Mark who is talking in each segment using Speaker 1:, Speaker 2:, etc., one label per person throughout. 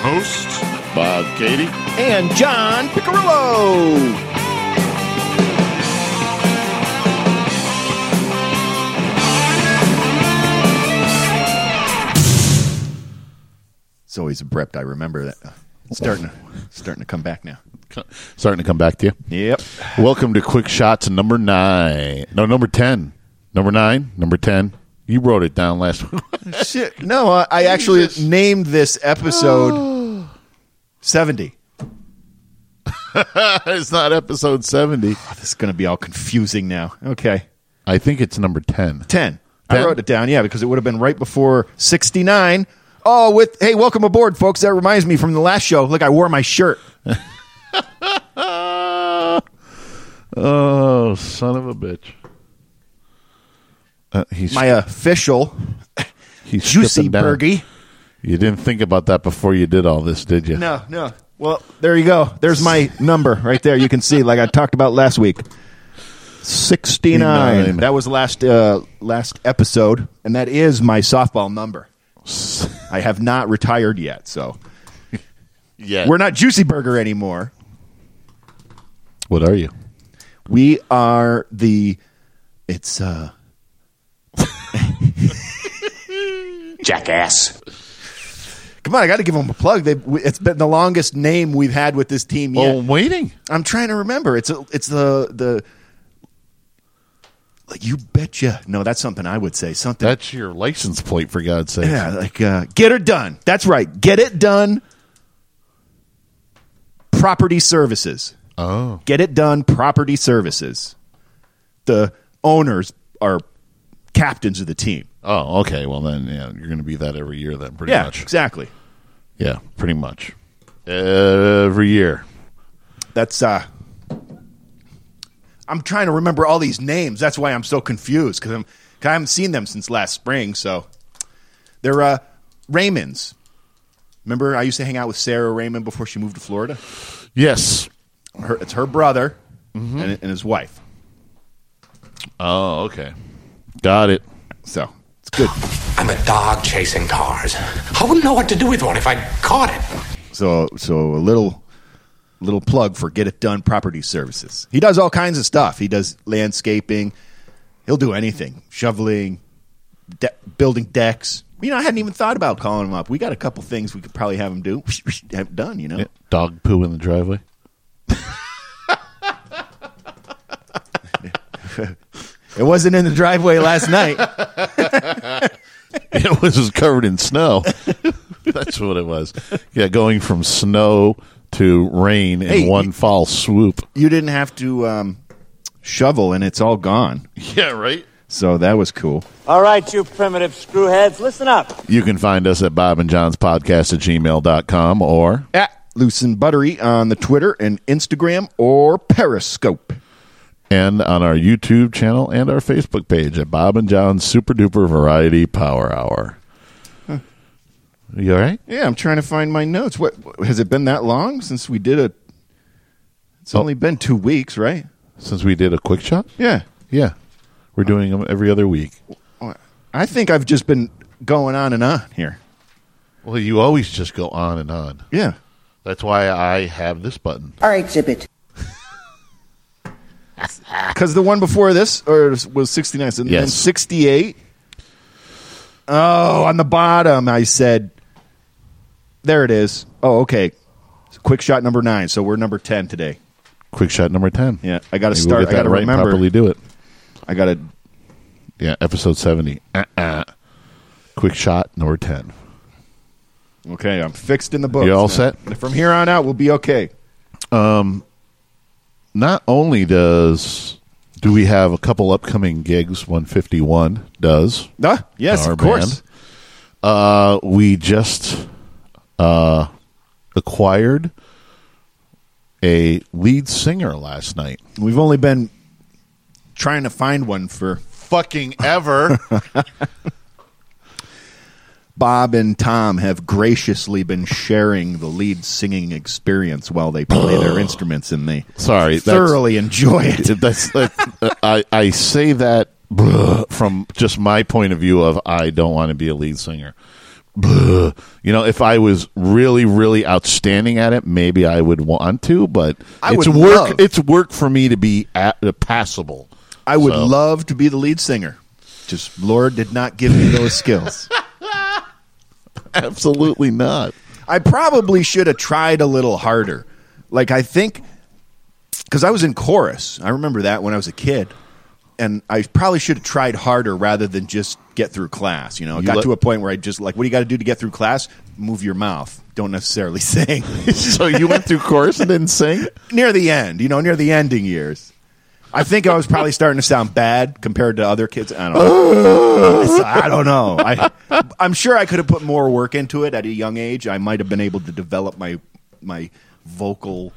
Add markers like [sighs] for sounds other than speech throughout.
Speaker 1: hosts, Bob Katie.
Speaker 2: and John Picarillo. It's always abrupt. I remember that. It's starting, to, starting to come back now.
Speaker 1: Co- Starting to come back to you.
Speaker 2: Yep.
Speaker 1: Welcome to Quick Shots number nine. No, number 10. Number nine, number 10. You wrote it down last week. [laughs]
Speaker 2: Shit. No, I, I actually named this episode [gasps] seventy.
Speaker 1: it's not episode 70.
Speaker 2: Oh, this is going to be all confusing now. Okay,
Speaker 1: I think it's number 10.
Speaker 2: ten. I
Speaker 1: Ten?
Speaker 2: wrote it down. Yeah, because it would have been right before sixty nine. Oh, with hey, welcome aboard, folks. That reminds me from the last show. Look, I wore my shirt.
Speaker 1: Ah. oh, son of a bitch. Uh, he's
Speaker 2: my official
Speaker 1: he's
Speaker 2: juicy
Speaker 1: stripping down.
Speaker 2: burgie.
Speaker 1: You didn't think about that before you did all this, did you?
Speaker 2: No, no. Well, there you go. There's my number right there. You can see, like I talked about last week, sixty
Speaker 1: Nine.
Speaker 2: nine. That was last uh, last episode, and that is my softball number. I have not retired yet, so
Speaker 1: [laughs] Yeah.
Speaker 2: we're not Juicy Burger anymore.
Speaker 1: What are you?
Speaker 2: We are the. It's uh.
Speaker 3: Jackass.
Speaker 2: Come on, I got to give them a plug. They, it's been the longest name we've had with this team yet.
Speaker 1: Oh, I'm waiting.
Speaker 2: I'm trying to remember. It's a, it's the the like you betcha. No, that's something I would say. Something
Speaker 1: That's your license plate, for God's sake.
Speaker 2: yeah, like uh, get her done. That's right. Get it done. Property services.
Speaker 1: Oh.
Speaker 2: Get it done. Property services. The owners are captains of the team.
Speaker 1: Oh, okay. Well, then, yeah, you're going to be that every year, then, pretty
Speaker 2: yeah,
Speaker 1: much.
Speaker 2: exactly.
Speaker 1: Yeah, pretty much. Every year.
Speaker 2: That's uh I'm trying to remember all these names. That's why I'm so confused because I'm cause I haven't seen them since last spring. So they're uh, Raymonds. Remember, I used to hang out with Sarah Raymond before she moved to Florida.
Speaker 1: Yes.
Speaker 2: Her, it's her brother
Speaker 1: Mm-hmm.
Speaker 2: and, and his wife.
Speaker 1: Oh, okay. Got it.
Speaker 2: So it's good.
Speaker 3: I'm a dog chasing cars. I wouldn't know what to do with one if I caught it.
Speaker 2: So so a little little plug for Get It Done Property Services. He does all kinds of stuff. He does landscaping. He'll do anything. Shoveling, de- building decks. You know, I hadn't even thought about calling him up. We got a couple things we could probably have him do. Have done, you know.
Speaker 1: Dog poo in the driveway. [laughs]
Speaker 2: It wasn't in the driveway last night.
Speaker 1: it was just covered in snow. [laughs] That's what it was. Yeah, going from snow to rain in
Speaker 2: Hey,
Speaker 1: one fall swoop. [laughs]
Speaker 2: You didn't have to um, shovel, and it's all gone.
Speaker 1: Yeah, right.
Speaker 2: So that was cool.
Speaker 4: All right, you primitive screwheads, listen up.
Speaker 1: You can find us at Bob and John's podcast at gmail.com or
Speaker 2: At Loose and Buttery on the Twitter and Instagram or Periscope.
Speaker 1: and on our YouTube channel and our Facebook page at Bob and John's Super Duper Variety Power Hour. You all right?
Speaker 2: Yeah, I'm trying to find my notes. What has it been that long since we did a? It's only been two weeks, right?
Speaker 1: Since we did a quick shot?
Speaker 2: Yeah,
Speaker 1: Yeah. We're doing them every other week.
Speaker 2: I think I've just been going on and on here.
Speaker 1: Well, you always just go on and on.
Speaker 2: Yeah,
Speaker 1: That's why I have this button.
Speaker 5: All right, zip it.
Speaker 2: because the one before this or was 69, and then
Speaker 1: Yes.
Speaker 2: 68. Oh, on the bottom, I said, "There it is." Oh, okay. quick shot number nine. So we're number ten today.
Speaker 1: Quick shot number 10.
Speaker 2: Yeah, I got to
Speaker 1: Maybe
Speaker 2: start.
Speaker 1: We'll get
Speaker 2: I got to
Speaker 1: that right and
Speaker 2: remember.
Speaker 1: properly do it.
Speaker 2: I got to.
Speaker 1: Yeah, episode 70. Uh-uh. Quick shot number 10.
Speaker 2: Okay, I'm fixed in the book.
Speaker 1: You all set?
Speaker 2: From here on out, we'll be okay.
Speaker 1: Not only does do we have a couple upcoming gigs, 151 does.
Speaker 2: Ah, yes,
Speaker 1: our
Speaker 2: of course.
Speaker 1: band. Uh, we just uh, acquired a lead singer last night.
Speaker 2: We've only been trying to find one for
Speaker 1: Fucking ever.
Speaker 2: Bob and Tom have graciously been sharing the lead singing experience while they play
Speaker 1: [sighs]
Speaker 2: their instruments and they
Speaker 1: [laughs] Sorry, that's-
Speaker 2: thoroughly enjoy
Speaker 1: [laughs]
Speaker 2: it.
Speaker 1: That's that, I, I [sniffs] say that from just my point of view of I don't want to be a lead singer. [sniffs] bleh. you know, if I was really, really outstanding at it, maybe I would want to. But
Speaker 2: I
Speaker 1: it's
Speaker 2: would
Speaker 1: work.
Speaker 2: love-
Speaker 1: It's work for me to be at, uh, passable.
Speaker 2: I would
Speaker 1: So-
Speaker 2: love to be the lead singer. Just Lord did not give me
Speaker 1: [laughs]
Speaker 2: those skills.
Speaker 1: Absolutely not.
Speaker 2: I probably should have tried a little harder. Like I think because I was in chorus. I remember that when I was a kid. And I probably should have tried harder rather than just get through class. You know, it
Speaker 1: You
Speaker 2: got
Speaker 1: let-
Speaker 2: to a point where I just like, what do you got to do to get through class? Move your mouth. Don't necessarily [laughs] sing.
Speaker 1: so you went through chorus and didn't sing.
Speaker 2: near the end, you know, near the ending years. I think I was probably starting to sound bad compared to other kids. I don't know. So, I don't know. I, I'm sure I could have put more work into it at a young age. I might have been able to develop my my vocal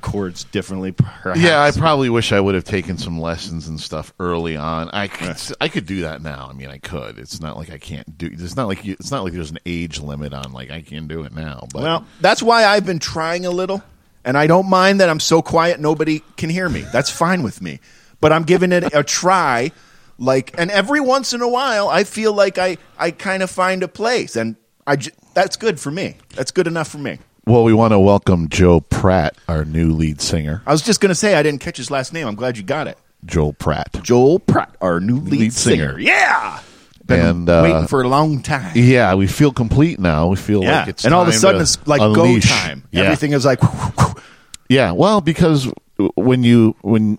Speaker 2: chords differently. Perhaps.
Speaker 1: Yeah, I probably wish I would have taken some lessons and stuff early on. I could, I could do that now. I mean, I could. It's not like I can't do. It's not like you, it's not like there's an age limit on like I can do it now. But
Speaker 2: well, that's why I've been trying a little, and I don't mind that I'm so quiet nobody can hear me. That's fine with me. But I'm giving it a try, like, and every once in a while, I feel like I I kind of find a place, and I j- that's good for me. That's good enough for me.
Speaker 1: well, we want to welcome Joe Pratt, our new lead singer,
Speaker 2: I was just gonna say I didn't catch his last name. I'm glad you got it.
Speaker 1: Joel Pratt.
Speaker 2: Joel Pratt, our new lead,
Speaker 1: Lead singer.
Speaker 2: singer. Yeah, been
Speaker 1: And, uh,
Speaker 2: waiting for a long time.
Speaker 1: Yeah, we feel complete now. We feel
Speaker 2: yeah,
Speaker 1: like it's
Speaker 2: and all of a
Speaker 1: time
Speaker 2: sudden
Speaker 1: to
Speaker 2: it's like
Speaker 1: unleash.
Speaker 2: go time.
Speaker 1: Yeah.
Speaker 2: Everything is like. [laughs]
Speaker 1: Yeah, well, because when you when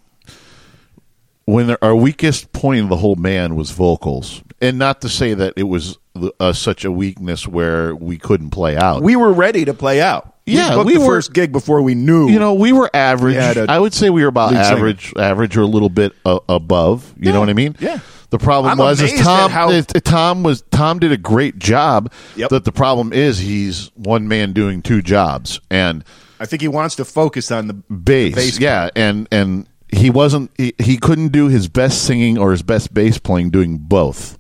Speaker 1: when our weakest point of the whole band was vocals, and not to say that it was uh, such a weakness where we couldn't play out.
Speaker 2: we were ready to play out.
Speaker 1: Yeah,
Speaker 2: we booked
Speaker 1: we
Speaker 2: the
Speaker 1: were-
Speaker 2: first gig before we knew.
Speaker 1: you know, we were average.
Speaker 2: We had a
Speaker 1: I would say we were about
Speaker 2: lead singer.
Speaker 1: average, average or a little bit uh, above. You know
Speaker 2: Yeah,
Speaker 1: what I mean?
Speaker 2: yeah.
Speaker 1: The problem
Speaker 2: I'm
Speaker 1: was is
Speaker 2: amazed at
Speaker 1: Tom.
Speaker 2: how-
Speaker 1: is- Tom was Tom did a great job.
Speaker 2: Yep.
Speaker 1: That the problem is he's one man doing two jobs, and
Speaker 2: I think he wants to focus on the
Speaker 1: bass.
Speaker 2: the bass.
Speaker 1: yeah, and and he wasn't. He, he couldn't do his best singing or his best bass playing doing both.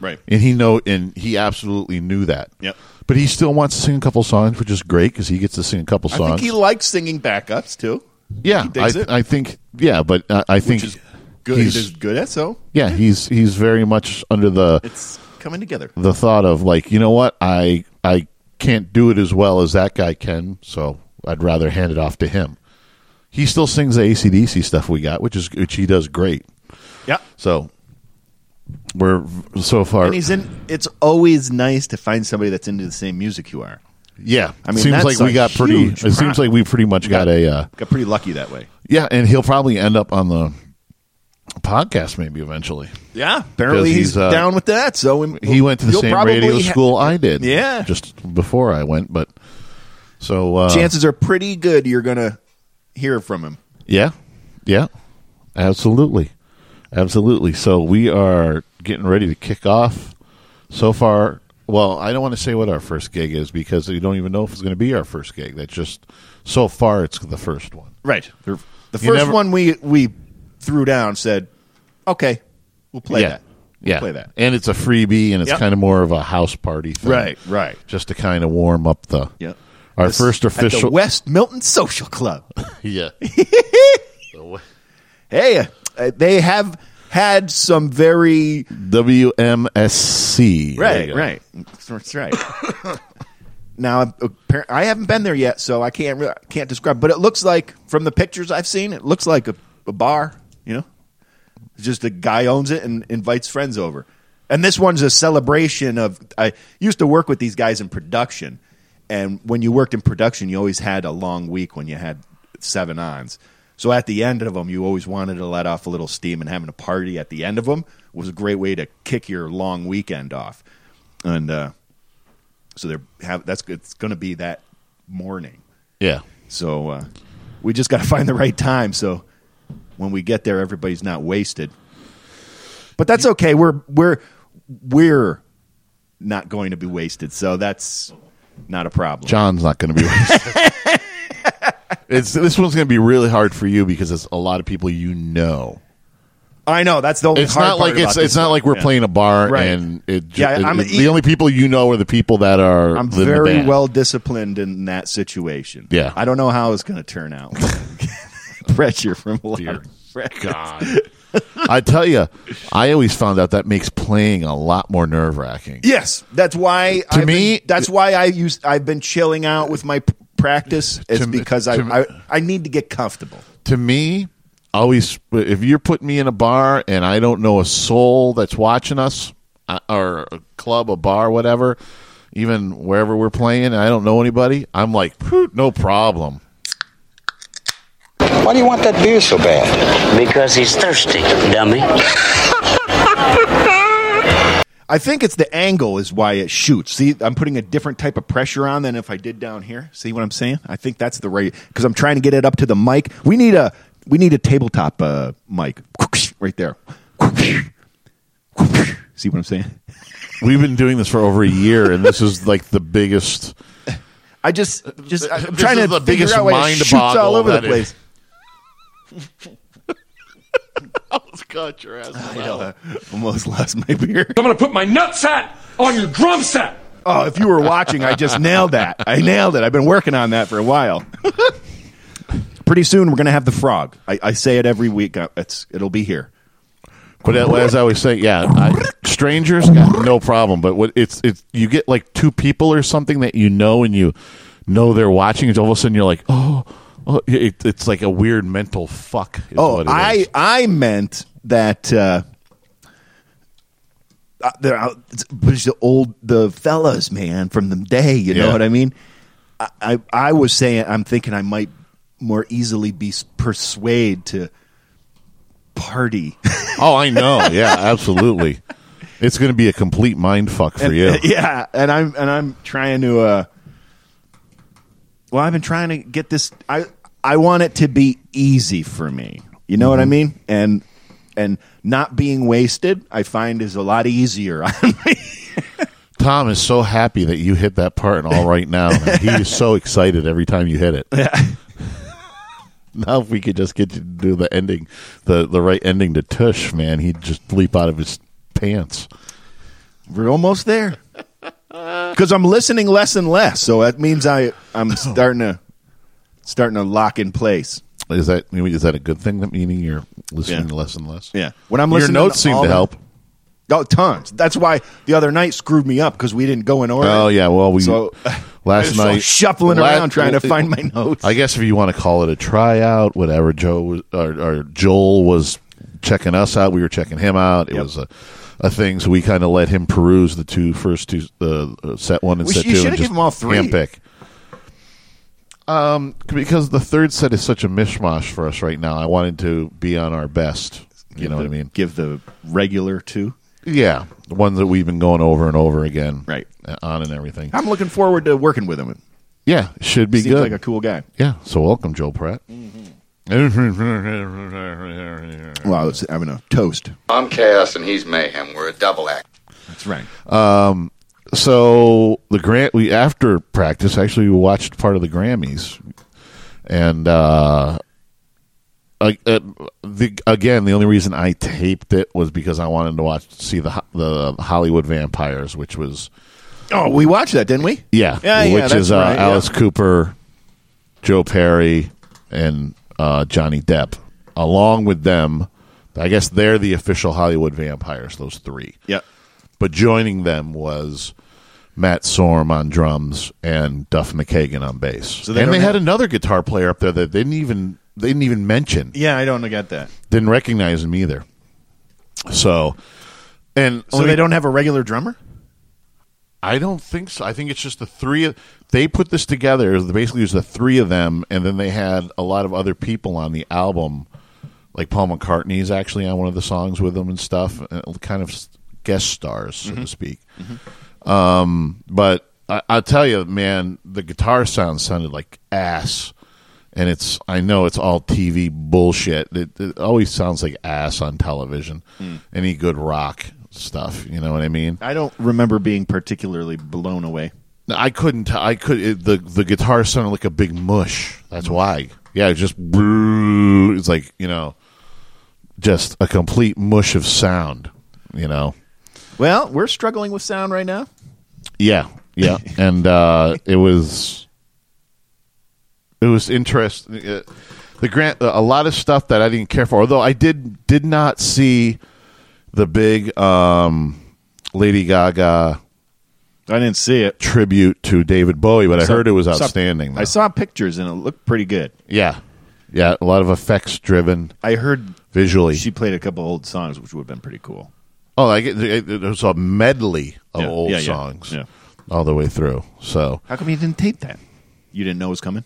Speaker 2: right.
Speaker 1: And he know, and he absolutely knew that.
Speaker 2: Yep.
Speaker 1: But he still wants to sing a couple songs, which is great because he gets to sing a couple
Speaker 2: I
Speaker 1: songs.
Speaker 2: think he likes singing backups too.
Speaker 1: Yeah, I,
Speaker 2: he digs it.
Speaker 1: I think. Yeah, but uh, I think
Speaker 2: is Good,
Speaker 1: he's-
Speaker 2: he's good at so
Speaker 1: yeah, he's he's very much under the
Speaker 2: it's coming together.
Speaker 1: the thought of like, you know what, I I can't do it as well as that guy can, so I'd rather hand it off to him. He still sings the ACDC stuff we got, which is which he does great.
Speaker 2: Yeah,
Speaker 1: So we're v- so far,
Speaker 2: and he's in. It's always nice to find somebody that's into the same music you are.
Speaker 1: yeah.
Speaker 2: I mean,
Speaker 1: seems
Speaker 2: that's
Speaker 1: like we
Speaker 2: a
Speaker 1: got pretty. It
Speaker 2: huge
Speaker 1: seems
Speaker 2: pro-
Speaker 1: like we pretty much got a uh,
Speaker 2: Got pretty lucky that way.
Speaker 1: yeah, and he'll probably end up on the podcast maybe eventually.
Speaker 2: Yeah, apparently
Speaker 1: 'Cause
Speaker 2: he's,
Speaker 1: he's, uh,
Speaker 2: down with that. So we-
Speaker 1: he went to the
Speaker 2: you'll
Speaker 1: same
Speaker 2: probably
Speaker 1: radio
Speaker 2: ha-
Speaker 1: school I did.
Speaker 2: Yeah.
Speaker 1: just before I went, but so uh,
Speaker 2: chances are pretty good you're gonna hear from him.
Speaker 1: Yeah, yeah, absolutely, absolutely. So we are getting ready to kick off. So far, well, I don't want to say what our first gig is because we don't even know if it's going to be our first gig. That's just so far, it's the first one.
Speaker 2: Right. The first
Speaker 1: You never-
Speaker 2: one we we threw down said, "Okay, we'll play
Speaker 1: yeah.
Speaker 2: that. We'll
Speaker 1: Yeah,
Speaker 2: play that."
Speaker 1: and it's a freebie, and it's
Speaker 2: Yep.
Speaker 1: kind of more of a house party thing,
Speaker 2: Right, right.
Speaker 1: Just to kind of warm up the
Speaker 2: Yep.
Speaker 1: our
Speaker 2: This-
Speaker 1: first
Speaker 2: at the
Speaker 1: official
Speaker 2: West Milton Social Club. [laughs]
Speaker 1: yeah.
Speaker 2: hey, uh, they have had some very
Speaker 1: WMSC. There you go.
Speaker 2: right. That's right. [laughs] now, appar- I haven't been there yet, so I can't really, can't describe. But it looks like from the pictures I've seen, it looks like a, a bar. You know, It's just a guy owns it and invites friends over. And this one's a celebration of. I used to work with these guys in production, and when you worked in production, you always had a long week when you had seven ons. So at the end of them, you always wanted to let off a little steam, and having a party at the end of them was a great way to kick your long weekend off. And uh, so they're have that's it's going to be that morning.
Speaker 1: Yeah.
Speaker 2: So uh, we just got to [laughs] find the right time. So when we get there, everybody's not wasted. But that's okay. We're we're we're not going to be wasted. So that's not a problem.
Speaker 1: John's not going to be.
Speaker 2: [laughs]
Speaker 1: it's this one's going to be really hard for you because it's a lot of people you know.
Speaker 2: I know that's the only
Speaker 1: It's
Speaker 2: hard
Speaker 1: not
Speaker 2: part
Speaker 1: like it's
Speaker 2: about this
Speaker 1: it's not
Speaker 2: one.
Speaker 1: like we're
Speaker 2: Yeah.
Speaker 1: playing a bar
Speaker 2: Right.
Speaker 1: and it. ju-
Speaker 2: Yeah,
Speaker 1: it-
Speaker 2: I'm
Speaker 1: it-
Speaker 2: e-
Speaker 1: the only people you know are the people that are.
Speaker 2: I'm
Speaker 1: in the
Speaker 2: very
Speaker 1: band.
Speaker 2: well disciplined in that situation.
Speaker 1: Yeah. [laughs]
Speaker 2: [laughs] I don't know how it's going to turn out. Pressure from a lot of friends.
Speaker 1: God. I tell you, I always found out that makes playing a lot more nerve wracking.
Speaker 2: Yes, that's why.
Speaker 1: To
Speaker 2: I've
Speaker 1: me-
Speaker 2: been, that's why I use. I've been chilling out with my p- practice. It's
Speaker 1: To me-
Speaker 2: because I,
Speaker 1: to me-
Speaker 2: I I need to get comfortable.
Speaker 1: to me, always if you're putting me in a bar and I don't know a soul that's watching us uh, or a club, a bar, whatever, even wherever we're playing, and I don't know anybody, I'm like, "Phew, no problem.
Speaker 5: Why do you want that beer so bad?
Speaker 6: Because he's thirsty, dummy.
Speaker 2: I think it's the angle is why it shoots. See, I'm putting a different type of pressure on than if I did down here. See what I'm saying? I think that's the right because I'm trying to get it up to the mic. We need a we need a tabletop uh, mic right there. See what I'm saying?
Speaker 1: We've been doing this for over a year, and this is like the biggest.
Speaker 2: I just just I'm
Speaker 1: Uh, This
Speaker 2: trying
Speaker 1: is
Speaker 2: to
Speaker 1: the
Speaker 2: figure
Speaker 1: biggest
Speaker 2: out why
Speaker 1: mind
Speaker 2: it shoots
Speaker 1: boggle
Speaker 2: all over the
Speaker 1: that is-
Speaker 2: place.
Speaker 1: Almost caught your ass.
Speaker 2: Almost [laughs] lost my beer.
Speaker 7: I'm gonna put my nutsack on your drum set.
Speaker 2: Oh, if you were watching, I just nailed that. I nailed it. I've been working on that for a while. [laughs] Pretty soon, we're going to have the frog. I, I say it every week. Uh, It's, it'll be here.
Speaker 1: But as I always say, yeah, I, strangers got no problem. But what it's it's you get like two people or something that you know and you know they're watching. It's all of a sudden you're like, oh, oh it, it's like a weird mental fuck. Is
Speaker 2: Oh,
Speaker 1: what it
Speaker 2: I,
Speaker 1: is.
Speaker 2: I meant that. Uh, uh, they're out, it's, it's the old the fellas, man, from the day. You know
Speaker 1: Yeah.
Speaker 2: what I mean? I, I I was saying I'm thinking I might more easily be s- persuaded to party. [laughs]
Speaker 1: oh, I know. Yeah, absolutely. It's going to be a complete mind fuck for you.
Speaker 2: [laughs] yeah and uh, i'm and i'm trying to uh well i've been trying to get this i i want it to be easy for me you know what
Speaker 1: Mm-hmm.
Speaker 2: i mean and and not being wasted i find is a lot easier [laughs] on me
Speaker 1: Tom is so happy that you hit that part and
Speaker 2: [laughs]
Speaker 1: all right now. and he is so excited every time you hit it. [laughs] now if we could just get you to do the ending, the the right ending to Tush, man, he'd just leap out of his pants.
Speaker 2: we're almost
Speaker 1: [laughs]
Speaker 2: there because i'm listening less and less so that means i i'm
Speaker 1: Oh.
Speaker 2: starting to starting to lock in place
Speaker 1: Is that I mean, is that a good thing? That meaning you're listening
Speaker 2: Yeah.
Speaker 1: to less and less.
Speaker 2: yeah when i'm
Speaker 1: Your
Speaker 2: listening
Speaker 1: notes seem
Speaker 2: all
Speaker 1: to
Speaker 2: the-
Speaker 1: help.
Speaker 2: oh tons that's why the other night screwed me up because we didn't go in order
Speaker 1: Oh yeah, well we
Speaker 2: So-
Speaker 1: [laughs] last
Speaker 2: So
Speaker 1: night
Speaker 2: shuffling
Speaker 1: la- [laughs]
Speaker 2: around trying to find my notes.
Speaker 1: I guess if you want to call it a tryout, whatever. Joe was, or, or Joel was checking us out. We were checking him out. It
Speaker 2: Yep.
Speaker 1: was a, a thing. So we kind of let him peruse the two first two uh, uh, set one and
Speaker 2: We sh-
Speaker 1: set
Speaker 2: you
Speaker 1: two. and
Speaker 2: should've
Speaker 1: just
Speaker 2: given him all three.
Speaker 1: Handpick. Um, c- because the third set is such a mishmash for us right now. I wanted to be on our best. You know what I mean?
Speaker 2: Give the regular two.
Speaker 1: Yeah, the ones that we've been going over and over again,
Speaker 2: Right.
Speaker 1: uh, On and everything.
Speaker 2: I'm looking forward to working with him.
Speaker 1: Yeah, it should be
Speaker 2: Seems
Speaker 1: good.
Speaker 2: like a Mm-hmm. cool guy.
Speaker 1: yeah, so welcome, Joe Pratt.
Speaker 2: Well, I was having a toast.
Speaker 8: I'm Chaos and he's Mayhem. We're a double act.
Speaker 2: That's right.
Speaker 1: [laughs] so the grant we after practice actually we watched part of the Grammys, and uh, I, uh, the, again the only reason I taped it was because I wanted to watch see the Ho- the Hollywood Vampires, which was
Speaker 2: oh, we watched that, didn't we?
Speaker 1: Yeah,
Speaker 2: Yeah, yeah,
Speaker 1: which
Speaker 2: that's
Speaker 1: is uh,
Speaker 2: right, yeah.
Speaker 1: Alice Cooper, Joe Perry, and uh, Johnny Depp. Along with them, I guess they're the official Hollywood vampires. Those three.
Speaker 2: Yeah.
Speaker 1: But joining them was Matt Sorm on drums and Duff McKagan on bass.
Speaker 2: they
Speaker 1: and
Speaker 2: don't
Speaker 1: they had
Speaker 2: have-
Speaker 1: another guitar player up there that they didn't even they didn't even mention
Speaker 2: Yeah, I don't get that.
Speaker 1: didn't recognize him either. So, and
Speaker 2: So they don't have a regular drummer?
Speaker 1: I don't think so. I think it's just the three. Of, they put this together. It was basically, it was the three of them, and then they had a lot of other people on the album. Like Paul McCartney is actually on one of the songs with them and stuff, uh, kind of s- guest stars, so to speak. Um, but I, I'll tell you, man, the guitar sound sounded like ass, and it's I know it's all TV bullshit. It, it always sounds like ass on television. Any good rock stuff, you know what I mean?
Speaker 2: I don't remember being particularly blown away.
Speaker 1: No, I couldn't. t- I could. It, the The guitar sounded like a big mush. That's why. Yeah, it just it's like you know, just a complete mush of sound. You know.
Speaker 2: Well, we're struggling with sound right now.
Speaker 1: Yeah,
Speaker 2: [laughs]
Speaker 1: yeah, and uh, it was it was interesting. the grant a lot of stuff that I didn't care for. Although I did did not see the big um, Lady Gaga
Speaker 2: I didn't see it.
Speaker 1: tribute to David Bowie, but I
Speaker 2: So-
Speaker 1: heard it was
Speaker 2: so-
Speaker 1: outstanding. though.
Speaker 2: I saw pictures and it looked pretty good.
Speaker 1: yeah, yeah, a lot of effects driven
Speaker 2: I heard
Speaker 1: visually.
Speaker 2: she played a couple old songs, which would have been pretty cool.
Speaker 1: oh, I get it, it was a medley of
Speaker 2: Yeah,
Speaker 1: Oh, old
Speaker 2: yeah, yeah,
Speaker 1: songs
Speaker 2: yeah.
Speaker 1: all the way through. So
Speaker 2: How come you didn't tape that? You didn't know it was coming.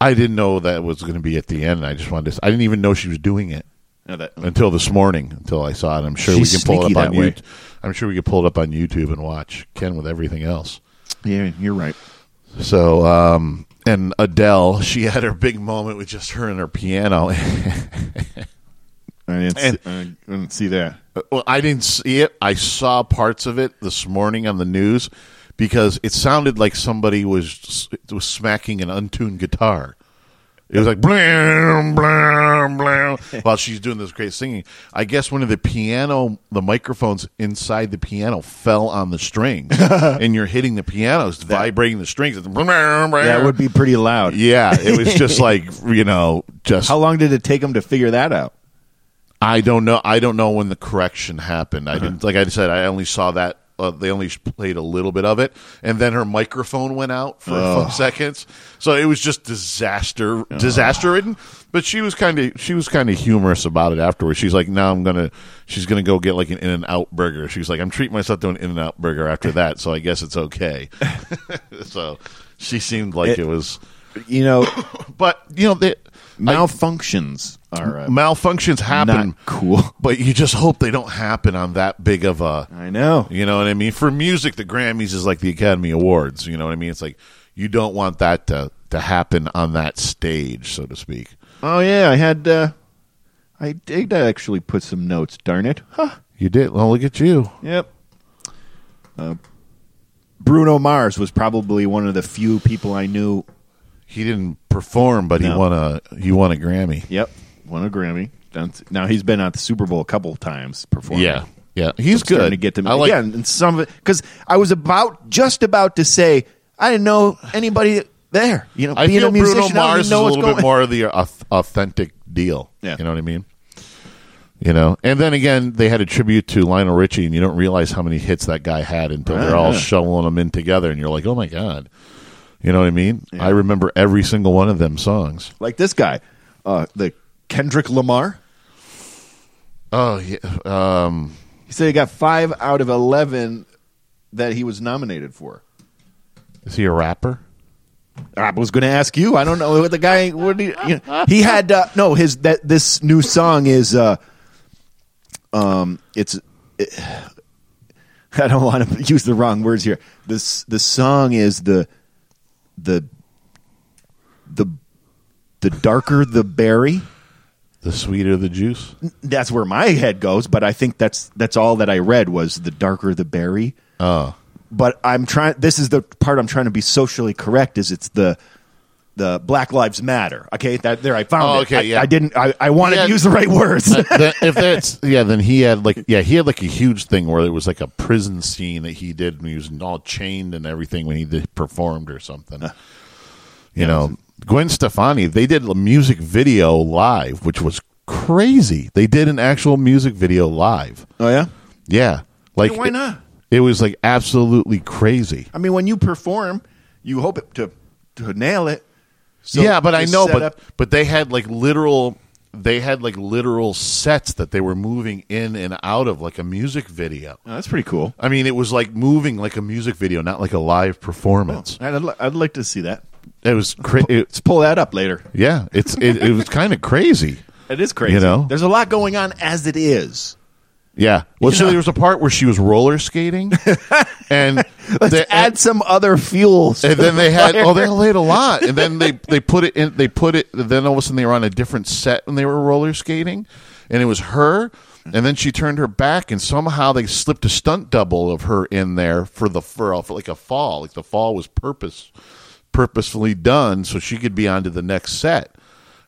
Speaker 1: I didn't know that was going to be at the end. I just wanted to. I didn't even know she was doing it.
Speaker 2: No, that
Speaker 1: until this morning until I saw it. I'm sure
Speaker 2: She's
Speaker 1: we can pull it
Speaker 2: sneaky
Speaker 1: up on
Speaker 2: that way.
Speaker 1: YouTube. I'm sure we can pull it up on YouTube and watch Ken with everything else.
Speaker 2: yeah, you're right.
Speaker 1: So um, and Adele, she had her big moment with just her and her piano. [laughs]
Speaker 2: I didn't,
Speaker 1: And-
Speaker 2: see, I didn't see that.
Speaker 1: Uh, well, I didn't see it. I saw parts of it this morning on the news because it sounded like somebody was was smacking an untuned guitar. It was like blam blam
Speaker 2: [laughs]
Speaker 1: blam while she's doing this great singing. I guess one of the piano, the microphones inside the piano fell on the
Speaker 2: [laughs]
Speaker 1: strings, and you're hitting the piano, it's vibrating the strings. It's blam, blam.
Speaker 2: That would be pretty loud.
Speaker 1: yeah. It was
Speaker 2: [laughs]
Speaker 1: just like you know, just
Speaker 2: How long did it take them to figure that out?
Speaker 1: I don't know. I don't know when the correction happened.
Speaker 2: Uh-huh.
Speaker 1: I didn't. Like I said, I only saw that. Uh, they only played a little bit of it, and then her microphone went out for a
Speaker 2: Oh.
Speaker 1: few seconds. So it was just disaster, disaster ridden. But she was kind of she was kind of humorous about it afterwards. She's like, "Now I'm gonna." She's gonna go get like an In and Out burger. She's like, "I'm treating myself to an In and Out burger after that, so I guess it's
Speaker 2: [laughs]
Speaker 1: okay." [laughs] so she seemed like it, was,
Speaker 2: You [coughs] know,
Speaker 1: but you know, they,
Speaker 2: malfunctions are uh,
Speaker 1: malfunctions happen.
Speaker 2: not cool.
Speaker 1: but you just hope they don't happen on that big of a
Speaker 2: [laughs] I know.
Speaker 1: you know what i mean for music the grammys is like the academy awards you know what i mean it's like you don't want that to to happen on that stage so to speak
Speaker 2: Oh yeah, I had. Uh, I did actually put some notes. Darn it. Huh.
Speaker 1: you did well look at you
Speaker 2: Yep. Uh, Bruno Mars was probably one of the few people I knew.
Speaker 1: he didn't perform but he
Speaker 2: No.
Speaker 1: won a he won a grammy
Speaker 2: Yep, won a Grammy. That's- Now he's been at the Super Bowl a couple times performing.
Speaker 1: yeah yeah he's
Speaker 2: starting
Speaker 1: good
Speaker 2: to get to me
Speaker 1: I like,
Speaker 2: again. And some of it because I was about just about to say I didn't know anybody there. You know,
Speaker 1: i
Speaker 2: being
Speaker 1: feel
Speaker 2: a musician,
Speaker 1: bruno
Speaker 2: I don't
Speaker 1: mars is
Speaker 2: even know
Speaker 1: a
Speaker 2: what's
Speaker 1: little
Speaker 2: going.
Speaker 1: bit more of the auth- authentic deal
Speaker 2: Yeah.
Speaker 1: you know what i mean you know, and then again, they had a tribute to Lionel Richie, and you don't realize how many hits that guy had until they're all
Speaker 2: Yeah.
Speaker 1: shoveling them in together, and you're like, oh my god, you know what I mean? I remember every single one of them songs.
Speaker 2: [laughs] Like this guy, uh, the Kendrick Lamar.
Speaker 1: Oh yeah, um,
Speaker 2: He said he got five out of eleven that he was nominated for.
Speaker 1: is he a rapper?
Speaker 2: I was going to ask you. I don't know what the guy. What he, you know, he had uh, no his that this new song is. Uh, um, it's. [sighs] I don't want to use the wrong words here. This the song is the the the the darker the berry.
Speaker 1: The sweeter the juice.
Speaker 2: That's where my head goes, but I think that's that's all that I read was the darker the berry.
Speaker 1: Oh,
Speaker 2: but I'm trying. This is the part I'm trying to be socially correct. Is it's the the Black Lives Matter? Okay, that there I found.
Speaker 1: Oh,
Speaker 2: it.
Speaker 1: okay,
Speaker 2: I,
Speaker 1: yeah.
Speaker 2: I didn't. I, I wanted
Speaker 1: Yeah.
Speaker 2: to use the right words.
Speaker 1: Uh, th- if that's yeah, then he had like yeah, he had like a huge thing where it was like a prison scene that he did, and he was all chained and everything when he did, performed or something. you know, Gwen Stefani, they did a music video live, which was crazy. They did an actual music video live.
Speaker 2: [laughs] oh yeah.
Speaker 1: Yeah, like
Speaker 2: why not?
Speaker 1: It, it was like absolutely crazy.
Speaker 2: I mean, when you perform, you hope it to to nail it. So
Speaker 1: yeah, but I
Speaker 2: just
Speaker 1: know,
Speaker 2: set
Speaker 1: but
Speaker 2: up-
Speaker 1: but they had like literal, they had like literal sets that they were moving in and out of, like a music video.
Speaker 2: Oh, that's pretty cool.
Speaker 1: I mean, it was like moving like a music video, not like a live performance.
Speaker 2: I'd, li- I'd like to see that.
Speaker 1: It was cra- it,
Speaker 2: Let's pull that up later.
Speaker 1: yeah, it's it, it was kind of crazy.
Speaker 2: It is crazy.
Speaker 1: You know?
Speaker 2: there's a lot going on as it is.
Speaker 1: Yeah. Well,
Speaker 2: You
Speaker 1: so
Speaker 2: know?
Speaker 1: there was a part where she was roller skating, and
Speaker 2: [laughs] Let's
Speaker 1: the-
Speaker 2: add some other fuels.
Speaker 1: and then they had
Speaker 2: Fire.
Speaker 1: oh they laid a lot and then they they put it in they put it then all of a sudden they were on a different set when they were roller skating and it was her and then she turned her back and somehow they slipped a stunt double of her in there for the for, for like a fall like the fall was purpose purposefully done so she could be on to the next set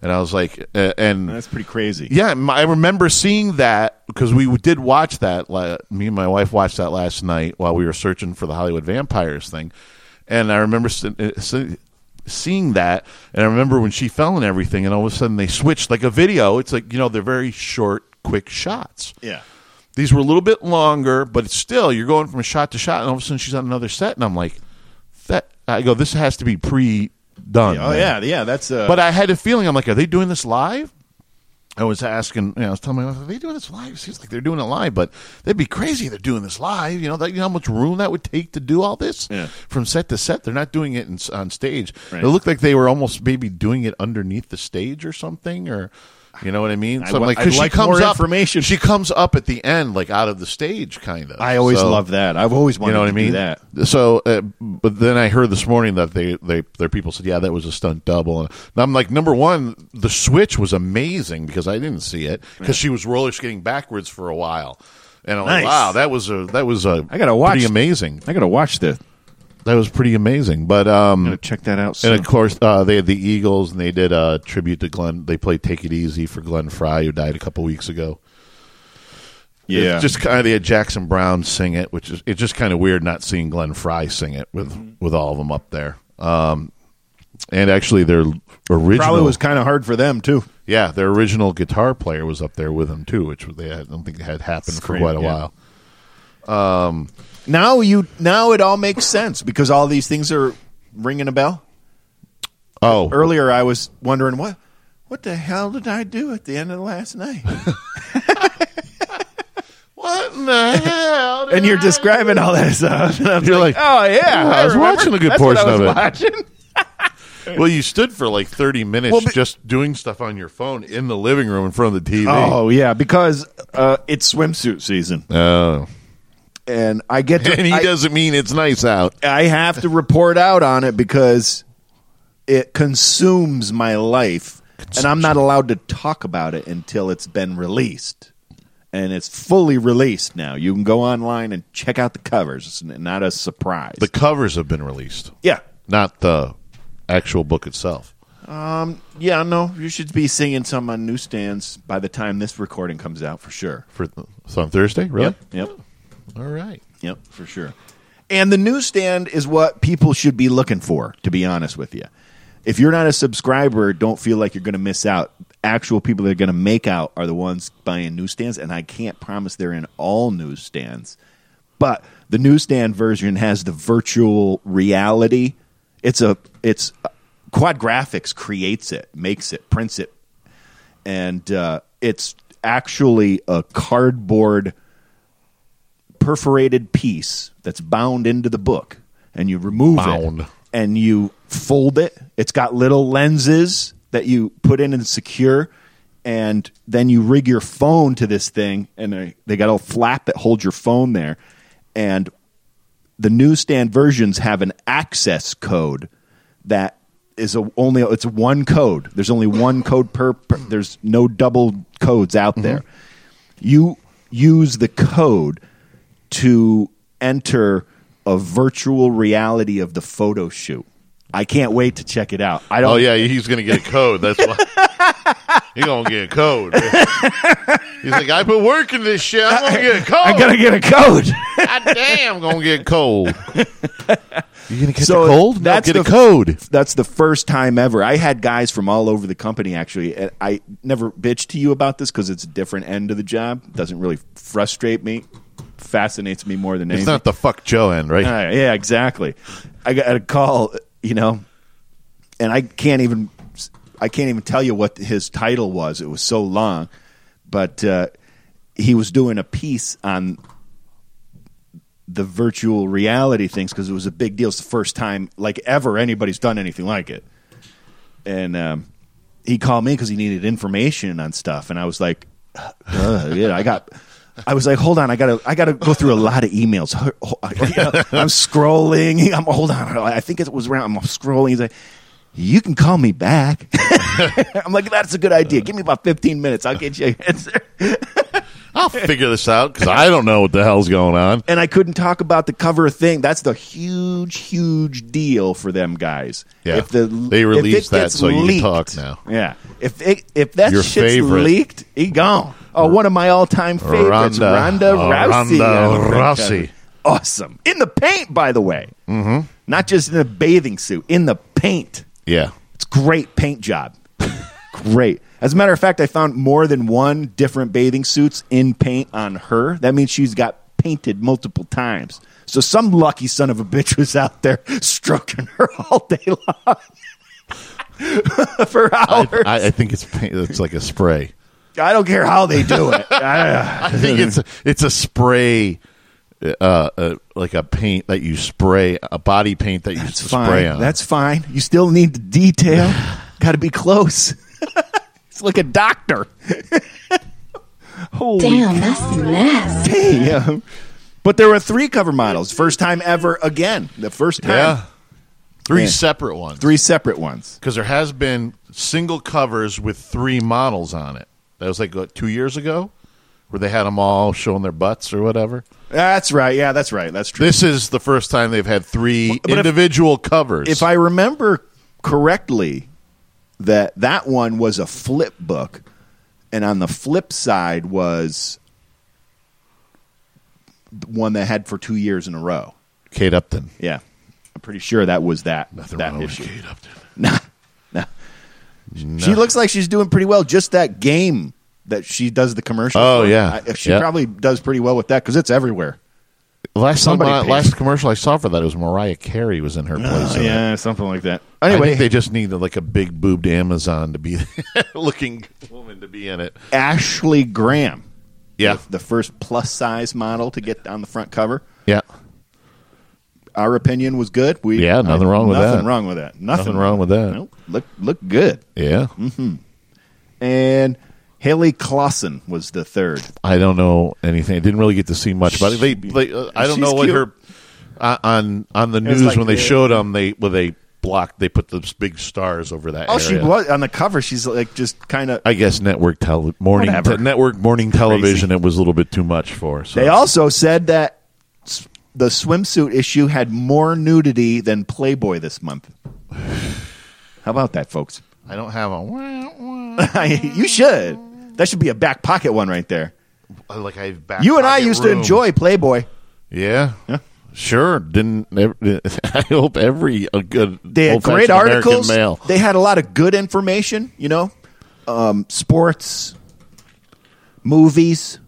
Speaker 1: and i was like uh, and
Speaker 2: [laughs] That's pretty crazy.
Speaker 1: yeah, m- I remember seeing that because we did watch that. la- Me and my wife watched that last night while we were searching for the Hollywood vampires thing, and I remember s- uh, s- seeing that, and I remember when she fell and everything, and all of a sudden they switched like a video. It's like you know they're very short, quick shots.
Speaker 2: Yeah.
Speaker 1: These were a little bit longer, but it's still you're going from shot to shot, and all of a sudden she's on another set, and I'm like, that I go, this has to be pre done.
Speaker 2: Oh yeah, yeah. That's uh,
Speaker 1: But I had a feeling I'm like, are they doing this live? I was asking, you know, I was telling my wife, are they doing this live? It seems like they're doing it live, but they'd be crazy if they're doing this live. You know, that, you know how much room that would take to do all this
Speaker 2: Yeah.
Speaker 1: from set to set. They're not doing it in, on stage.
Speaker 2: Right.
Speaker 1: It looked like they were almost maybe doing it underneath the stage or something, or you know what I mean.
Speaker 2: I
Speaker 1: So I'm
Speaker 2: wa-
Speaker 1: like,
Speaker 2: I'd
Speaker 1: 'cause she
Speaker 2: like
Speaker 1: comes
Speaker 2: more
Speaker 1: up,
Speaker 2: information.
Speaker 1: She comes up at the end, like out of the stage, kind of.
Speaker 2: I always
Speaker 1: So-
Speaker 2: love that. I've always wanted
Speaker 1: you know what
Speaker 2: to
Speaker 1: I mean?
Speaker 2: do that.
Speaker 1: So, uh, but then I heard this morning that they, they their people said, yeah, that was a stunt double, and I'm like, number one, the switch was amazing because I didn't see it because she was roller skating backwards for a while, and I'm
Speaker 2: Nice.
Speaker 1: like, wow, that was a that was a
Speaker 2: I gotta watch-
Speaker 1: pretty amazing.
Speaker 2: I gotta watch the.
Speaker 1: That was pretty amazing, but um,
Speaker 2: Gotta check that out.
Speaker 1: and
Speaker 2: Soon.
Speaker 1: of course, uh, they had the Eagles, and they did a tribute to Glenn. They played "Take It Easy" for Glenn Fry, who died a couple weeks ago.
Speaker 2: yeah,
Speaker 1: It's just kind of they had Jackson Brown sing it, which is it's just kind of weird not seeing Glenn Fry sing it with
Speaker 2: Mm-hmm.
Speaker 1: with all of them up there. Um, and actually, their original
Speaker 2: probably was kind of hard for them too.
Speaker 1: yeah, their original guitar player was up there with them too, which they had, I don't think had happened for
Speaker 2: Scream,
Speaker 1: quite a
Speaker 2: yeah.
Speaker 1: while.
Speaker 2: Now you now it all makes sense because all these things are ringing a bell.
Speaker 1: Oh,
Speaker 2: Earlier, I was wondering what what the hell did I do at the end of last night?
Speaker 1: what in
Speaker 2: [laughs]
Speaker 1: the hell?
Speaker 2: and you're describing all that stuff, and I'm
Speaker 1: You're
Speaker 2: like,
Speaker 1: like,
Speaker 2: oh yeah,
Speaker 1: "Oh, I was
Speaker 2: remember.
Speaker 1: watching a good
Speaker 2: That's what I
Speaker 1: portion
Speaker 2: was
Speaker 1: of it."
Speaker 2: watching."
Speaker 1: well, you stood for like thirty minutes
Speaker 2: Well, but-
Speaker 1: just doing stuff on your phone in the living room in front of the TV.
Speaker 2: Oh yeah, because uh, it's swimsuit season, [laughs]
Speaker 1: Oh.
Speaker 2: and I get
Speaker 1: [laughs]
Speaker 2: to
Speaker 1: and he
Speaker 2: I-
Speaker 1: doesn't mean it's nice out.
Speaker 2: I have to report out on it because it consumes my life, and I'm not allowed to talk about it until it's been released. And it's fully released now. You can go online and check out the covers. It's n- not a surprise.
Speaker 1: The covers have been released,
Speaker 2: yeah,
Speaker 1: not the actual book itself.
Speaker 2: yeah, no, you should be seeing some on newsstands by the time this recording comes out for sure.
Speaker 1: For it's on Thursday, really?
Speaker 2: Yep, yep,
Speaker 1: All right.
Speaker 2: yep, for sure. And the newsstand is what people should be looking for. To be honest with you, if you're not a subscriber, don't feel like you're going to miss out. Actual people that are going to make out are the ones buying newsstands, and I can't promise they're in all newsstands. But the newsstand version has the virtual reality. It's a it's uh, Quad Graphics creates it, makes it, prints it, and uh, it's actually a cardboard perforated piece that's bound into the book, and you remove
Speaker 1: Bound.
Speaker 2: it and you fold it. It's got little lenses that you put in and secure, and then you rig your phone to this thing, and they, they got a flap that holds your phone there, and the newsstand versions have an access code that is a, only it's one code. There's only one code per, per there's no double codes out
Speaker 1: Mm-hmm.
Speaker 2: there. You use the code to enter a virtual reality of the photo shoot. I can't wait to check it out. I don't
Speaker 1: Oh yeah, he's gonna get a code. That's why
Speaker 2: [laughs]
Speaker 1: he's gonna get a code. he's like, I put work in this shit. I'm gonna get a code.
Speaker 2: [laughs] I gotta get a code. [laughs]
Speaker 1: God damn, I'm gonna get cold. you gonna get
Speaker 2: So
Speaker 1: the cold? No,
Speaker 2: that's
Speaker 1: get a
Speaker 2: the-
Speaker 1: code.
Speaker 2: That's the first time ever. I had guys from all over the company actually. and I never bitched to you about this because it's a different end of the job. Doesn't really frustrate me. Fascinates me more than
Speaker 1: It's
Speaker 2: anything.
Speaker 1: not the fuck Joe end, right?
Speaker 2: All right, yeah, exactly. I got a call, you know, and I can't even I can't even tell you what his title was. It was so long, but uh, he was doing a piece on the virtual reality things because it was a big deal. It's the first time like ever anybody's done anything like it, and um, he called me because he needed information on stuff, and I was like, uh, yeah, I got. I was like, hold on, I gotta, I gotta go through a lot of emails. Ho- ho- you know, I'm scrolling. [laughs] I'm hold on. I think it was around. I'm scrolling. He's like, you can call me back. [laughs] I'm like, that's a good idea. Give me about 15 minutes. I'll get you an answer.
Speaker 1: I'll figure this out because I don't know what the hell's going on.
Speaker 2: And I couldn't talk about the cover thing. That's the huge, huge deal for them guys.
Speaker 1: Yeah.
Speaker 2: the,
Speaker 1: They
Speaker 2: if it
Speaker 1: released that
Speaker 2: gets
Speaker 1: so you can talk now.
Speaker 2: Yeah. If it, if that
Speaker 1: Your
Speaker 2: shit's
Speaker 1: favorite.
Speaker 2: leaked, he gone. Oh, one of my all-time favorites, Ronda,
Speaker 1: Ronda-
Speaker 2: Rousey.
Speaker 1: Ronda
Speaker 2: I was
Speaker 1: Oh, Rousey.
Speaker 2: like, Awesome in the paint, by the way. Mm-hmm. Not just in a bathing suit, in the paint.
Speaker 1: Yeah.
Speaker 2: [laughs] It's great paint job. great. As a matter of fact, I found more than one different bathing suits in paint on her. That means she's got painted multiple times. So some lucky son of a bitch was out there [laughs] stroking her all day long [laughs] for
Speaker 1: I,
Speaker 2: hours. I,
Speaker 1: I, I think it's paint, it's like a spray.
Speaker 2: don't care how they do it. I-
Speaker 1: I think
Speaker 2: [laughs]
Speaker 1: it's a, it's a spray, uh, uh, like a paint that you spray, a body paint that you
Speaker 2: That's
Speaker 1: spray
Speaker 2: fine.
Speaker 1: on.
Speaker 2: That's fine. You still need the
Speaker 1: [sighs]
Speaker 2: detail. Got to be close. [laughs] it's like a doctor. [laughs] Holy
Speaker 9: Damn, that's nasty.
Speaker 2: Yeah. But there were three cover models. First time ever again. The first time.
Speaker 1: yeah. Three
Speaker 2: Yeah.
Speaker 1: separate ones.
Speaker 2: Three separate ones.
Speaker 1: because there has been single covers with three models on it. That was like what, two years ago, where they had them all showing their butts or whatever.
Speaker 2: That's right. Yeah, that's right. That's true.
Speaker 1: This is the first time they've had three
Speaker 2: But if-
Speaker 1: individual covers.
Speaker 2: if I remember correctly, that that one was a flip book, and on the flip side was the one that had for two years in a row.
Speaker 1: Kate Upton,
Speaker 2: Yeah, I'm pretty sure that was that
Speaker 1: nothing
Speaker 2: that
Speaker 1: wrong
Speaker 2: issue.
Speaker 1: with Kate Upton.
Speaker 2: Nah, nah. She looks like she's doing pretty well. Just that game that she does the commercial.
Speaker 1: Oh,
Speaker 2: for.
Speaker 1: yeah.
Speaker 2: I- she
Speaker 1: Yeah.
Speaker 2: probably does pretty well with that because it's everywhere.
Speaker 1: Last time,
Speaker 2: Somebody
Speaker 1: I-
Speaker 2: paid-
Speaker 1: last commercial I saw for that it was Mariah Carey was in her place. in it.
Speaker 2: something like that.
Speaker 1: I
Speaker 2: Anyway,
Speaker 1: think they just needed like a big boobed Amazon to be [laughs] looking woman to be in it.
Speaker 2: Ashley Graham,
Speaker 1: Yeah,
Speaker 2: the first plus size model to get on the front cover.
Speaker 1: yeah.
Speaker 2: Our opinion was good. We
Speaker 1: Yeah, nothing wrong with
Speaker 2: nothing
Speaker 1: that.
Speaker 2: wrong with that. Nothing,
Speaker 1: Nothing wrong with that.
Speaker 2: Nope. Look look good.
Speaker 1: Yeah, Hmm.
Speaker 2: And Haley Clausen was the third.
Speaker 1: I don't know anything. I didn't really get to see much about it. They, they uh, I don't
Speaker 2: She's
Speaker 1: know what
Speaker 2: cute.
Speaker 1: her uh, on on the
Speaker 2: was
Speaker 1: news
Speaker 2: like
Speaker 1: when they
Speaker 2: the-
Speaker 1: showed them. They well, they blocked. They put those big stars over that.
Speaker 2: Oh,
Speaker 1: area.
Speaker 2: she was on the cover. She's like just kind of
Speaker 1: I guess network tele- morning
Speaker 2: Whatever.
Speaker 1: te- network morning television. It was a little bit too much for. So.
Speaker 2: They also said that s- the swimsuit issue had more nudity than Playboy this month. [sighs] How about that, folks? [laughs]
Speaker 1: I don't have a wah, wah.
Speaker 2: you should. That should be a back pocket one right there.
Speaker 1: like I have back
Speaker 2: You and I
Speaker 1: pocket
Speaker 2: used to
Speaker 1: room.
Speaker 2: enjoy Playboy.
Speaker 1: Yeah.
Speaker 2: Yeah.
Speaker 1: Sure. Didn't. ev- [laughs] I hope every a good.
Speaker 2: They had
Speaker 1: old-fashioned
Speaker 2: great
Speaker 1: American
Speaker 2: articles.
Speaker 1: Male.
Speaker 2: They had a lot of good information, you know, um, sports, movies.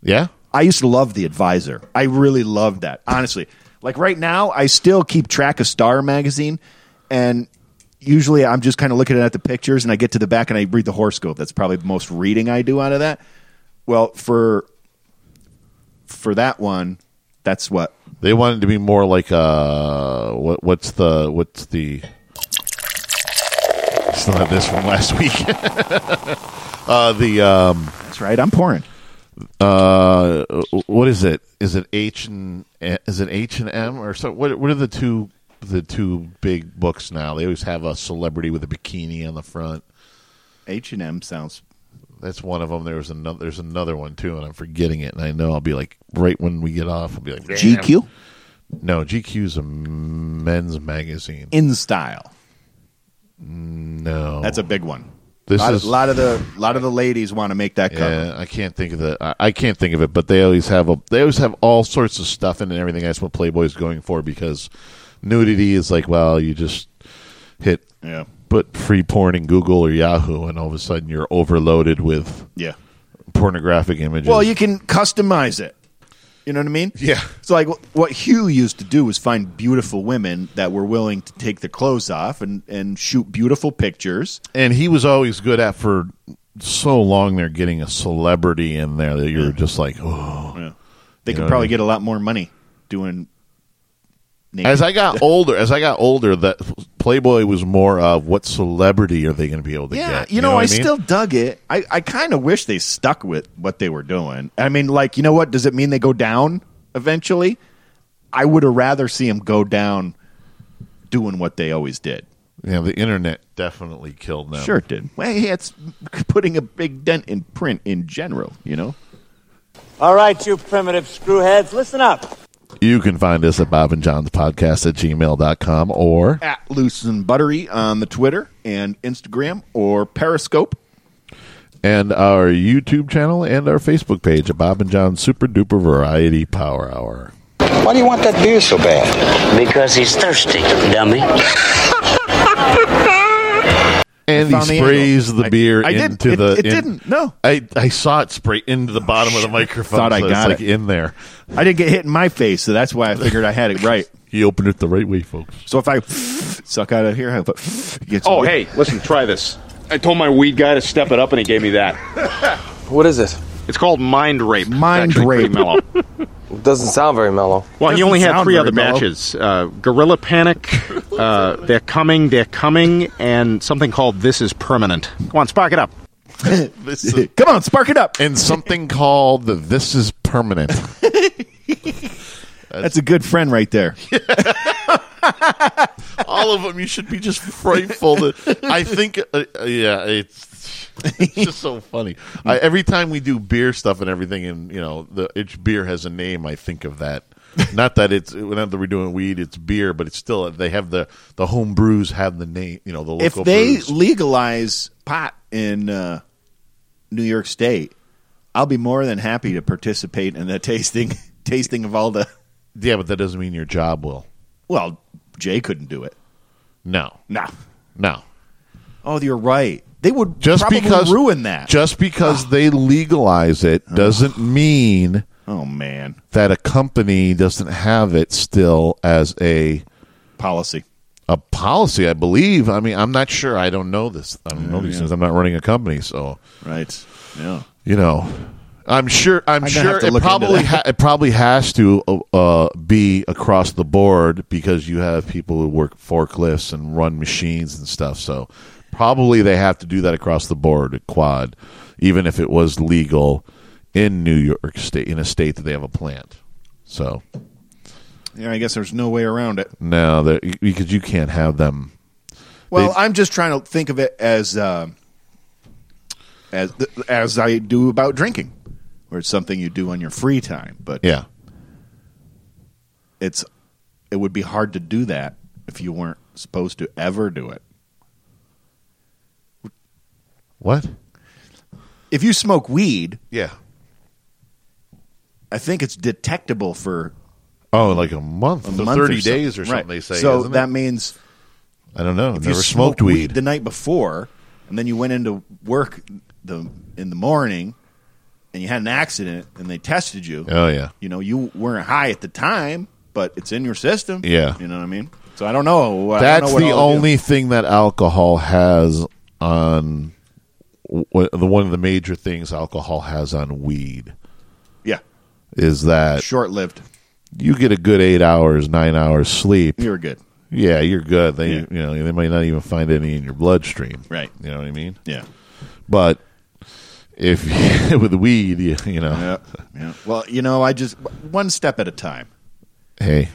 Speaker 1: Yeah.
Speaker 2: I used to love the Advisor. I really loved that. Honestly, like right now, I still keep track of Star Magazine, and usually I'm just kind of looking at the pictures, and I get to the back and I read the horoscope. That's probably the most reading I do out of that. Well, for for that one, that's what
Speaker 1: They wanted to be more like uh what what's the what's the still have this from last week. [laughs] uh the um
Speaker 2: that's right. I'm pouring.
Speaker 1: uh what is it? Is it H and is it H and M or so what what are the two the two big books now? They always have a celebrity with a bikini on the front.
Speaker 2: H and M sounds.
Speaker 1: That's one of them. There was another. There's another one too, and I'm forgetting it. And I know I'll be like, right when we get off, I'll be like, "Damn."
Speaker 2: GQ
Speaker 1: No, GQ's a men's magazine.
Speaker 2: in style.
Speaker 1: No,
Speaker 2: That's a big one.
Speaker 1: This
Speaker 2: a Oh. lot,
Speaker 1: is-
Speaker 2: of, lot of the lot of the ladies want to make that cover.
Speaker 1: Yeah, I can't think of the. I, I can't think of it, but they always have a. They always have all sorts of stuff in it and everything. That's what Playboy's going for because nudity is like, well, you just hit
Speaker 2: Yeah,
Speaker 1: put free porn in Google or Yahoo, and all of a sudden you're overloaded with
Speaker 2: yeah.
Speaker 1: pornographic images.
Speaker 2: Well, you can customize it. You know what I mean?
Speaker 1: Yeah.
Speaker 2: It's like wh- what Hugh used to do was find beautiful women that were willing to take their clothes off and, and shoot beautiful pictures.
Speaker 1: and he was always good at for so long. They're getting a celebrity in there that you're just like, oh.
Speaker 2: They
Speaker 1: You know
Speaker 2: could
Speaker 1: what
Speaker 2: probably
Speaker 1: I mean?
Speaker 2: get a lot more money doing. Naked.
Speaker 1: As I got older, as I got older, that Playboy was more of what celebrity are they going to be able to
Speaker 2: yeah,
Speaker 1: get?
Speaker 2: you know, I,
Speaker 1: what mean?
Speaker 2: still dug it. I, I kind of wish they stuck with what they were doing. I mean, like, you know what? Does it mean they go down eventually? I would have rather see them go down doing what they always did.
Speaker 1: Yeah, the internet definitely killed them.
Speaker 2: Sure it did. Well, yeah, it's [laughs] putting a big dent in print in general, you know?
Speaker 4: All right, you primitive screwheads, listen up.
Speaker 1: You can find us at Bob and John's podcast at gmail.com or
Speaker 2: At Loose and Buttery on the Twitter and Instagram or Periscope.
Speaker 1: and our YouTube channel and our Facebook page at Bob and John's Super Duper Variety Power Hour.
Speaker 5: Why do you want that beer so bad?
Speaker 6: Because he's thirsty, dummy.
Speaker 1: And
Speaker 2: I
Speaker 1: he
Speaker 2: found the angle.
Speaker 1: sprays the
Speaker 2: I-
Speaker 1: beer
Speaker 2: I did.
Speaker 1: into
Speaker 2: It-
Speaker 1: the.
Speaker 2: it
Speaker 1: in-
Speaker 2: didn't. No.
Speaker 1: I, I saw it spray into the bottom of the microphone.
Speaker 2: Thought I
Speaker 1: so it's,
Speaker 2: got
Speaker 1: like
Speaker 2: it.
Speaker 1: in there.
Speaker 2: I didn't get hit in my face, so that's why I figured I had it right.
Speaker 1: He opened it the right way, folks.
Speaker 2: So if I [laughs] suck out of here, I put. it [laughs] Gets
Speaker 9: Oh, hey, listen, try this. I told my weed guy to step it up, and he gave me that.
Speaker 10: [laughs] What is it?
Speaker 9: It's called mind rape. It's
Speaker 2: Mind
Speaker 9: actually pretty
Speaker 2: rape. [laughs]
Speaker 9: mellow.
Speaker 10: It doesn't sound very mellow.
Speaker 9: Well, he
Speaker 2: Doesn't
Speaker 9: only had
Speaker 2: sound
Speaker 9: three
Speaker 2: very
Speaker 9: other
Speaker 2: mellow.
Speaker 9: batches: uh, Gorilla Panic, uh, They're Coming, They're Coming, and something called This Is Permanent. Come on, spark it up.
Speaker 2: Come on, spark it up.
Speaker 1: And something called the This Is Permanent.
Speaker 2: That's a good friend right there.
Speaker 1: All of them, you should be just frightful. That, I think, uh, uh, yeah, it's, it's just so funny. I, every time we do beer stuff and everything, and you know, the each beer has a name. I think of that. Not that it's not that we're doing weed; it's beer, but it's still they have the the home brews have the name. You know, the
Speaker 2: [laughs] if
Speaker 1: local
Speaker 2: they
Speaker 1: brews.
Speaker 2: legalize pot in uh, New York State, I'll be more than happy to participate in the tasting [laughs] tasting of all the.
Speaker 1: yeah, but that doesn't mean your job will.
Speaker 2: Well, Jay couldn't do it.
Speaker 1: No,
Speaker 2: Nah.
Speaker 1: no.
Speaker 2: Oh, you're right. They would
Speaker 1: Just
Speaker 2: probably
Speaker 1: because
Speaker 2: ruin that. Ah.
Speaker 1: Just because they legalize it doesn't mean
Speaker 2: oh man,
Speaker 1: that a company doesn't have it still as a
Speaker 2: policy.
Speaker 1: a policy, I believe. I mean, I'm not sure. I don't know this. I don't know these things. I'm not running a company, so
Speaker 2: Right. Yeah.
Speaker 1: you know, I'm sure. I'm
Speaker 2: I'm gonna
Speaker 1: sure
Speaker 2: have to
Speaker 1: it
Speaker 2: look into
Speaker 1: probably
Speaker 2: that.
Speaker 1: ha- it probably has to uh, uh, be across the board because you have people who work forklifts and run machines and stuff. So probably they have to do that across the board at Quad, even if it was legal in New York State in a state that they have a plant. So
Speaker 2: Yeah. I guess there's no way around it.
Speaker 1: no, that because you can't have them.
Speaker 2: Well,
Speaker 1: They've-
Speaker 2: I'm just trying to think of it as um, as as I do about drinking, where it's something you do on your free time. But
Speaker 1: Yeah.
Speaker 2: it's it would be hard to do that if you weren't supposed to ever do it.
Speaker 1: What?
Speaker 2: If you smoke weed,
Speaker 1: Yeah.
Speaker 2: I think it's detectable for
Speaker 1: Oh, like a month,
Speaker 2: a
Speaker 1: so
Speaker 2: month
Speaker 1: thirty
Speaker 2: or
Speaker 1: days or something.
Speaker 2: Right.
Speaker 1: They say.
Speaker 2: So
Speaker 1: isn't
Speaker 2: that
Speaker 1: it?
Speaker 2: means
Speaker 1: I don't know.
Speaker 2: if
Speaker 1: Never
Speaker 2: you
Speaker 1: smoked weed.
Speaker 2: the night before, and then you went into work the in the morning, and you had an accident, and they tested you.
Speaker 1: oh yeah,
Speaker 2: you know, you weren't high at the time, but it's in your system.
Speaker 1: Yeah.
Speaker 2: You know what I mean? So I don't know. I don't know
Speaker 1: that's
Speaker 2: what
Speaker 1: the
Speaker 2: all of you-
Speaker 1: only thing that alcohol has on wh- the one of the major things alcohol has on weed
Speaker 2: Yeah.
Speaker 1: is that
Speaker 2: Short lived.
Speaker 1: you get a good eight hours, nine hours sleep.
Speaker 2: You were good.
Speaker 1: yeah, you're good. They
Speaker 2: Yeah.
Speaker 1: you know they might not even find any in your bloodstream.
Speaker 2: Right.
Speaker 1: You know what I mean?
Speaker 2: Yeah.
Speaker 1: But if [laughs] with weed, you, you know,
Speaker 2: Yeah. yeah. Well, you know, I just one step at a time.
Speaker 1: hey,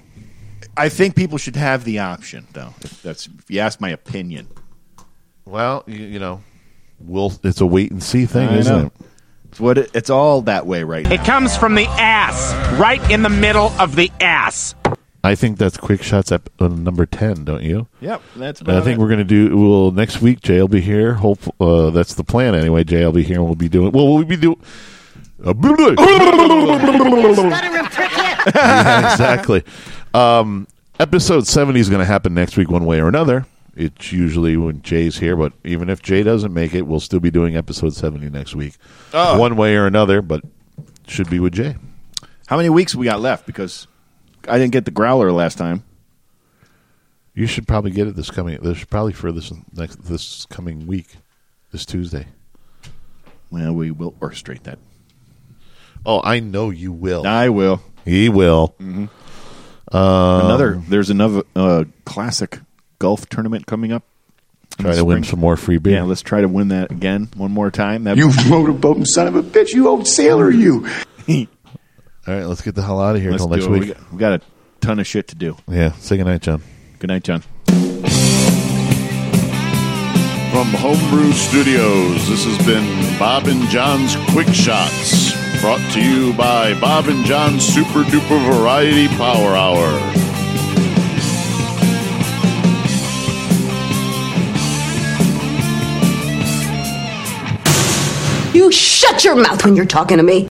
Speaker 2: I think people should have the option, though. If that's if you ask my opinion.
Speaker 1: well, you, you know, we'll it's a wait and see thing,
Speaker 2: I
Speaker 1: isn't
Speaker 2: know.
Speaker 1: it?
Speaker 2: It's what it, it's all that way right now.
Speaker 7: comes from the ass, right in the middle of the ass.
Speaker 1: I think that's Quick Shots at uh, number ten, don't you?
Speaker 2: Yep, that's.
Speaker 1: And I
Speaker 2: about
Speaker 1: think
Speaker 2: it.
Speaker 1: we're gonna do. Well, next week Jay will be here. Hope uh, that's the plan. Anyway, Jay will be here, and we'll be doing. Well, we'll be doing. Uh, blah, blah, blah. [laughs] Yeah, exactly. Um, episode seventy is going to happen next week, one way or another. It's usually when Jay's here, but even if Jay doesn't make it, we'll still be doing episode seventy next week, one way or another. But should be with Jay.
Speaker 2: How many weeks we got left? Because I didn't get the growler last time.
Speaker 1: You should probably get it this coming. This probably for this next this coming week, this Tuesday.
Speaker 2: Well, we will orchestrate that.
Speaker 1: Oh, I know you will.
Speaker 2: I will.
Speaker 1: He will.
Speaker 2: Mm-hmm. another.
Speaker 1: Um,
Speaker 2: There's another uh, classic golf tournament coming up. in
Speaker 1: Try
Speaker 2: the
Speaker 1: to win
Speaker 2: spring.
Speaker 1: some more free beer.
Speaker 2: Yeah, let's try to win that again one more time. That
Speaker 5: motorboating son of a bitch. You old
Speaker 2: [laughs]
Speaker 5: sailor, you.
Speaker 1: All right, let's get the hell out of here
Speaker 2: let's
Speaker 1: until next
Speaker 2: do it.
Speaker 1: week.
Speaker 2: We got, we got a ton of shit to do.
Speaker 1: Yeah, say goodnight, John.
Speaker 2: Good night, John.
Speaker 1: From Homebrew Studios, this has been Bob and John's Quick Shots, brought to you by Bob and John's Super Duper Variety Power Hour.
Speaker 11: You shut your mouth when you're talking to me.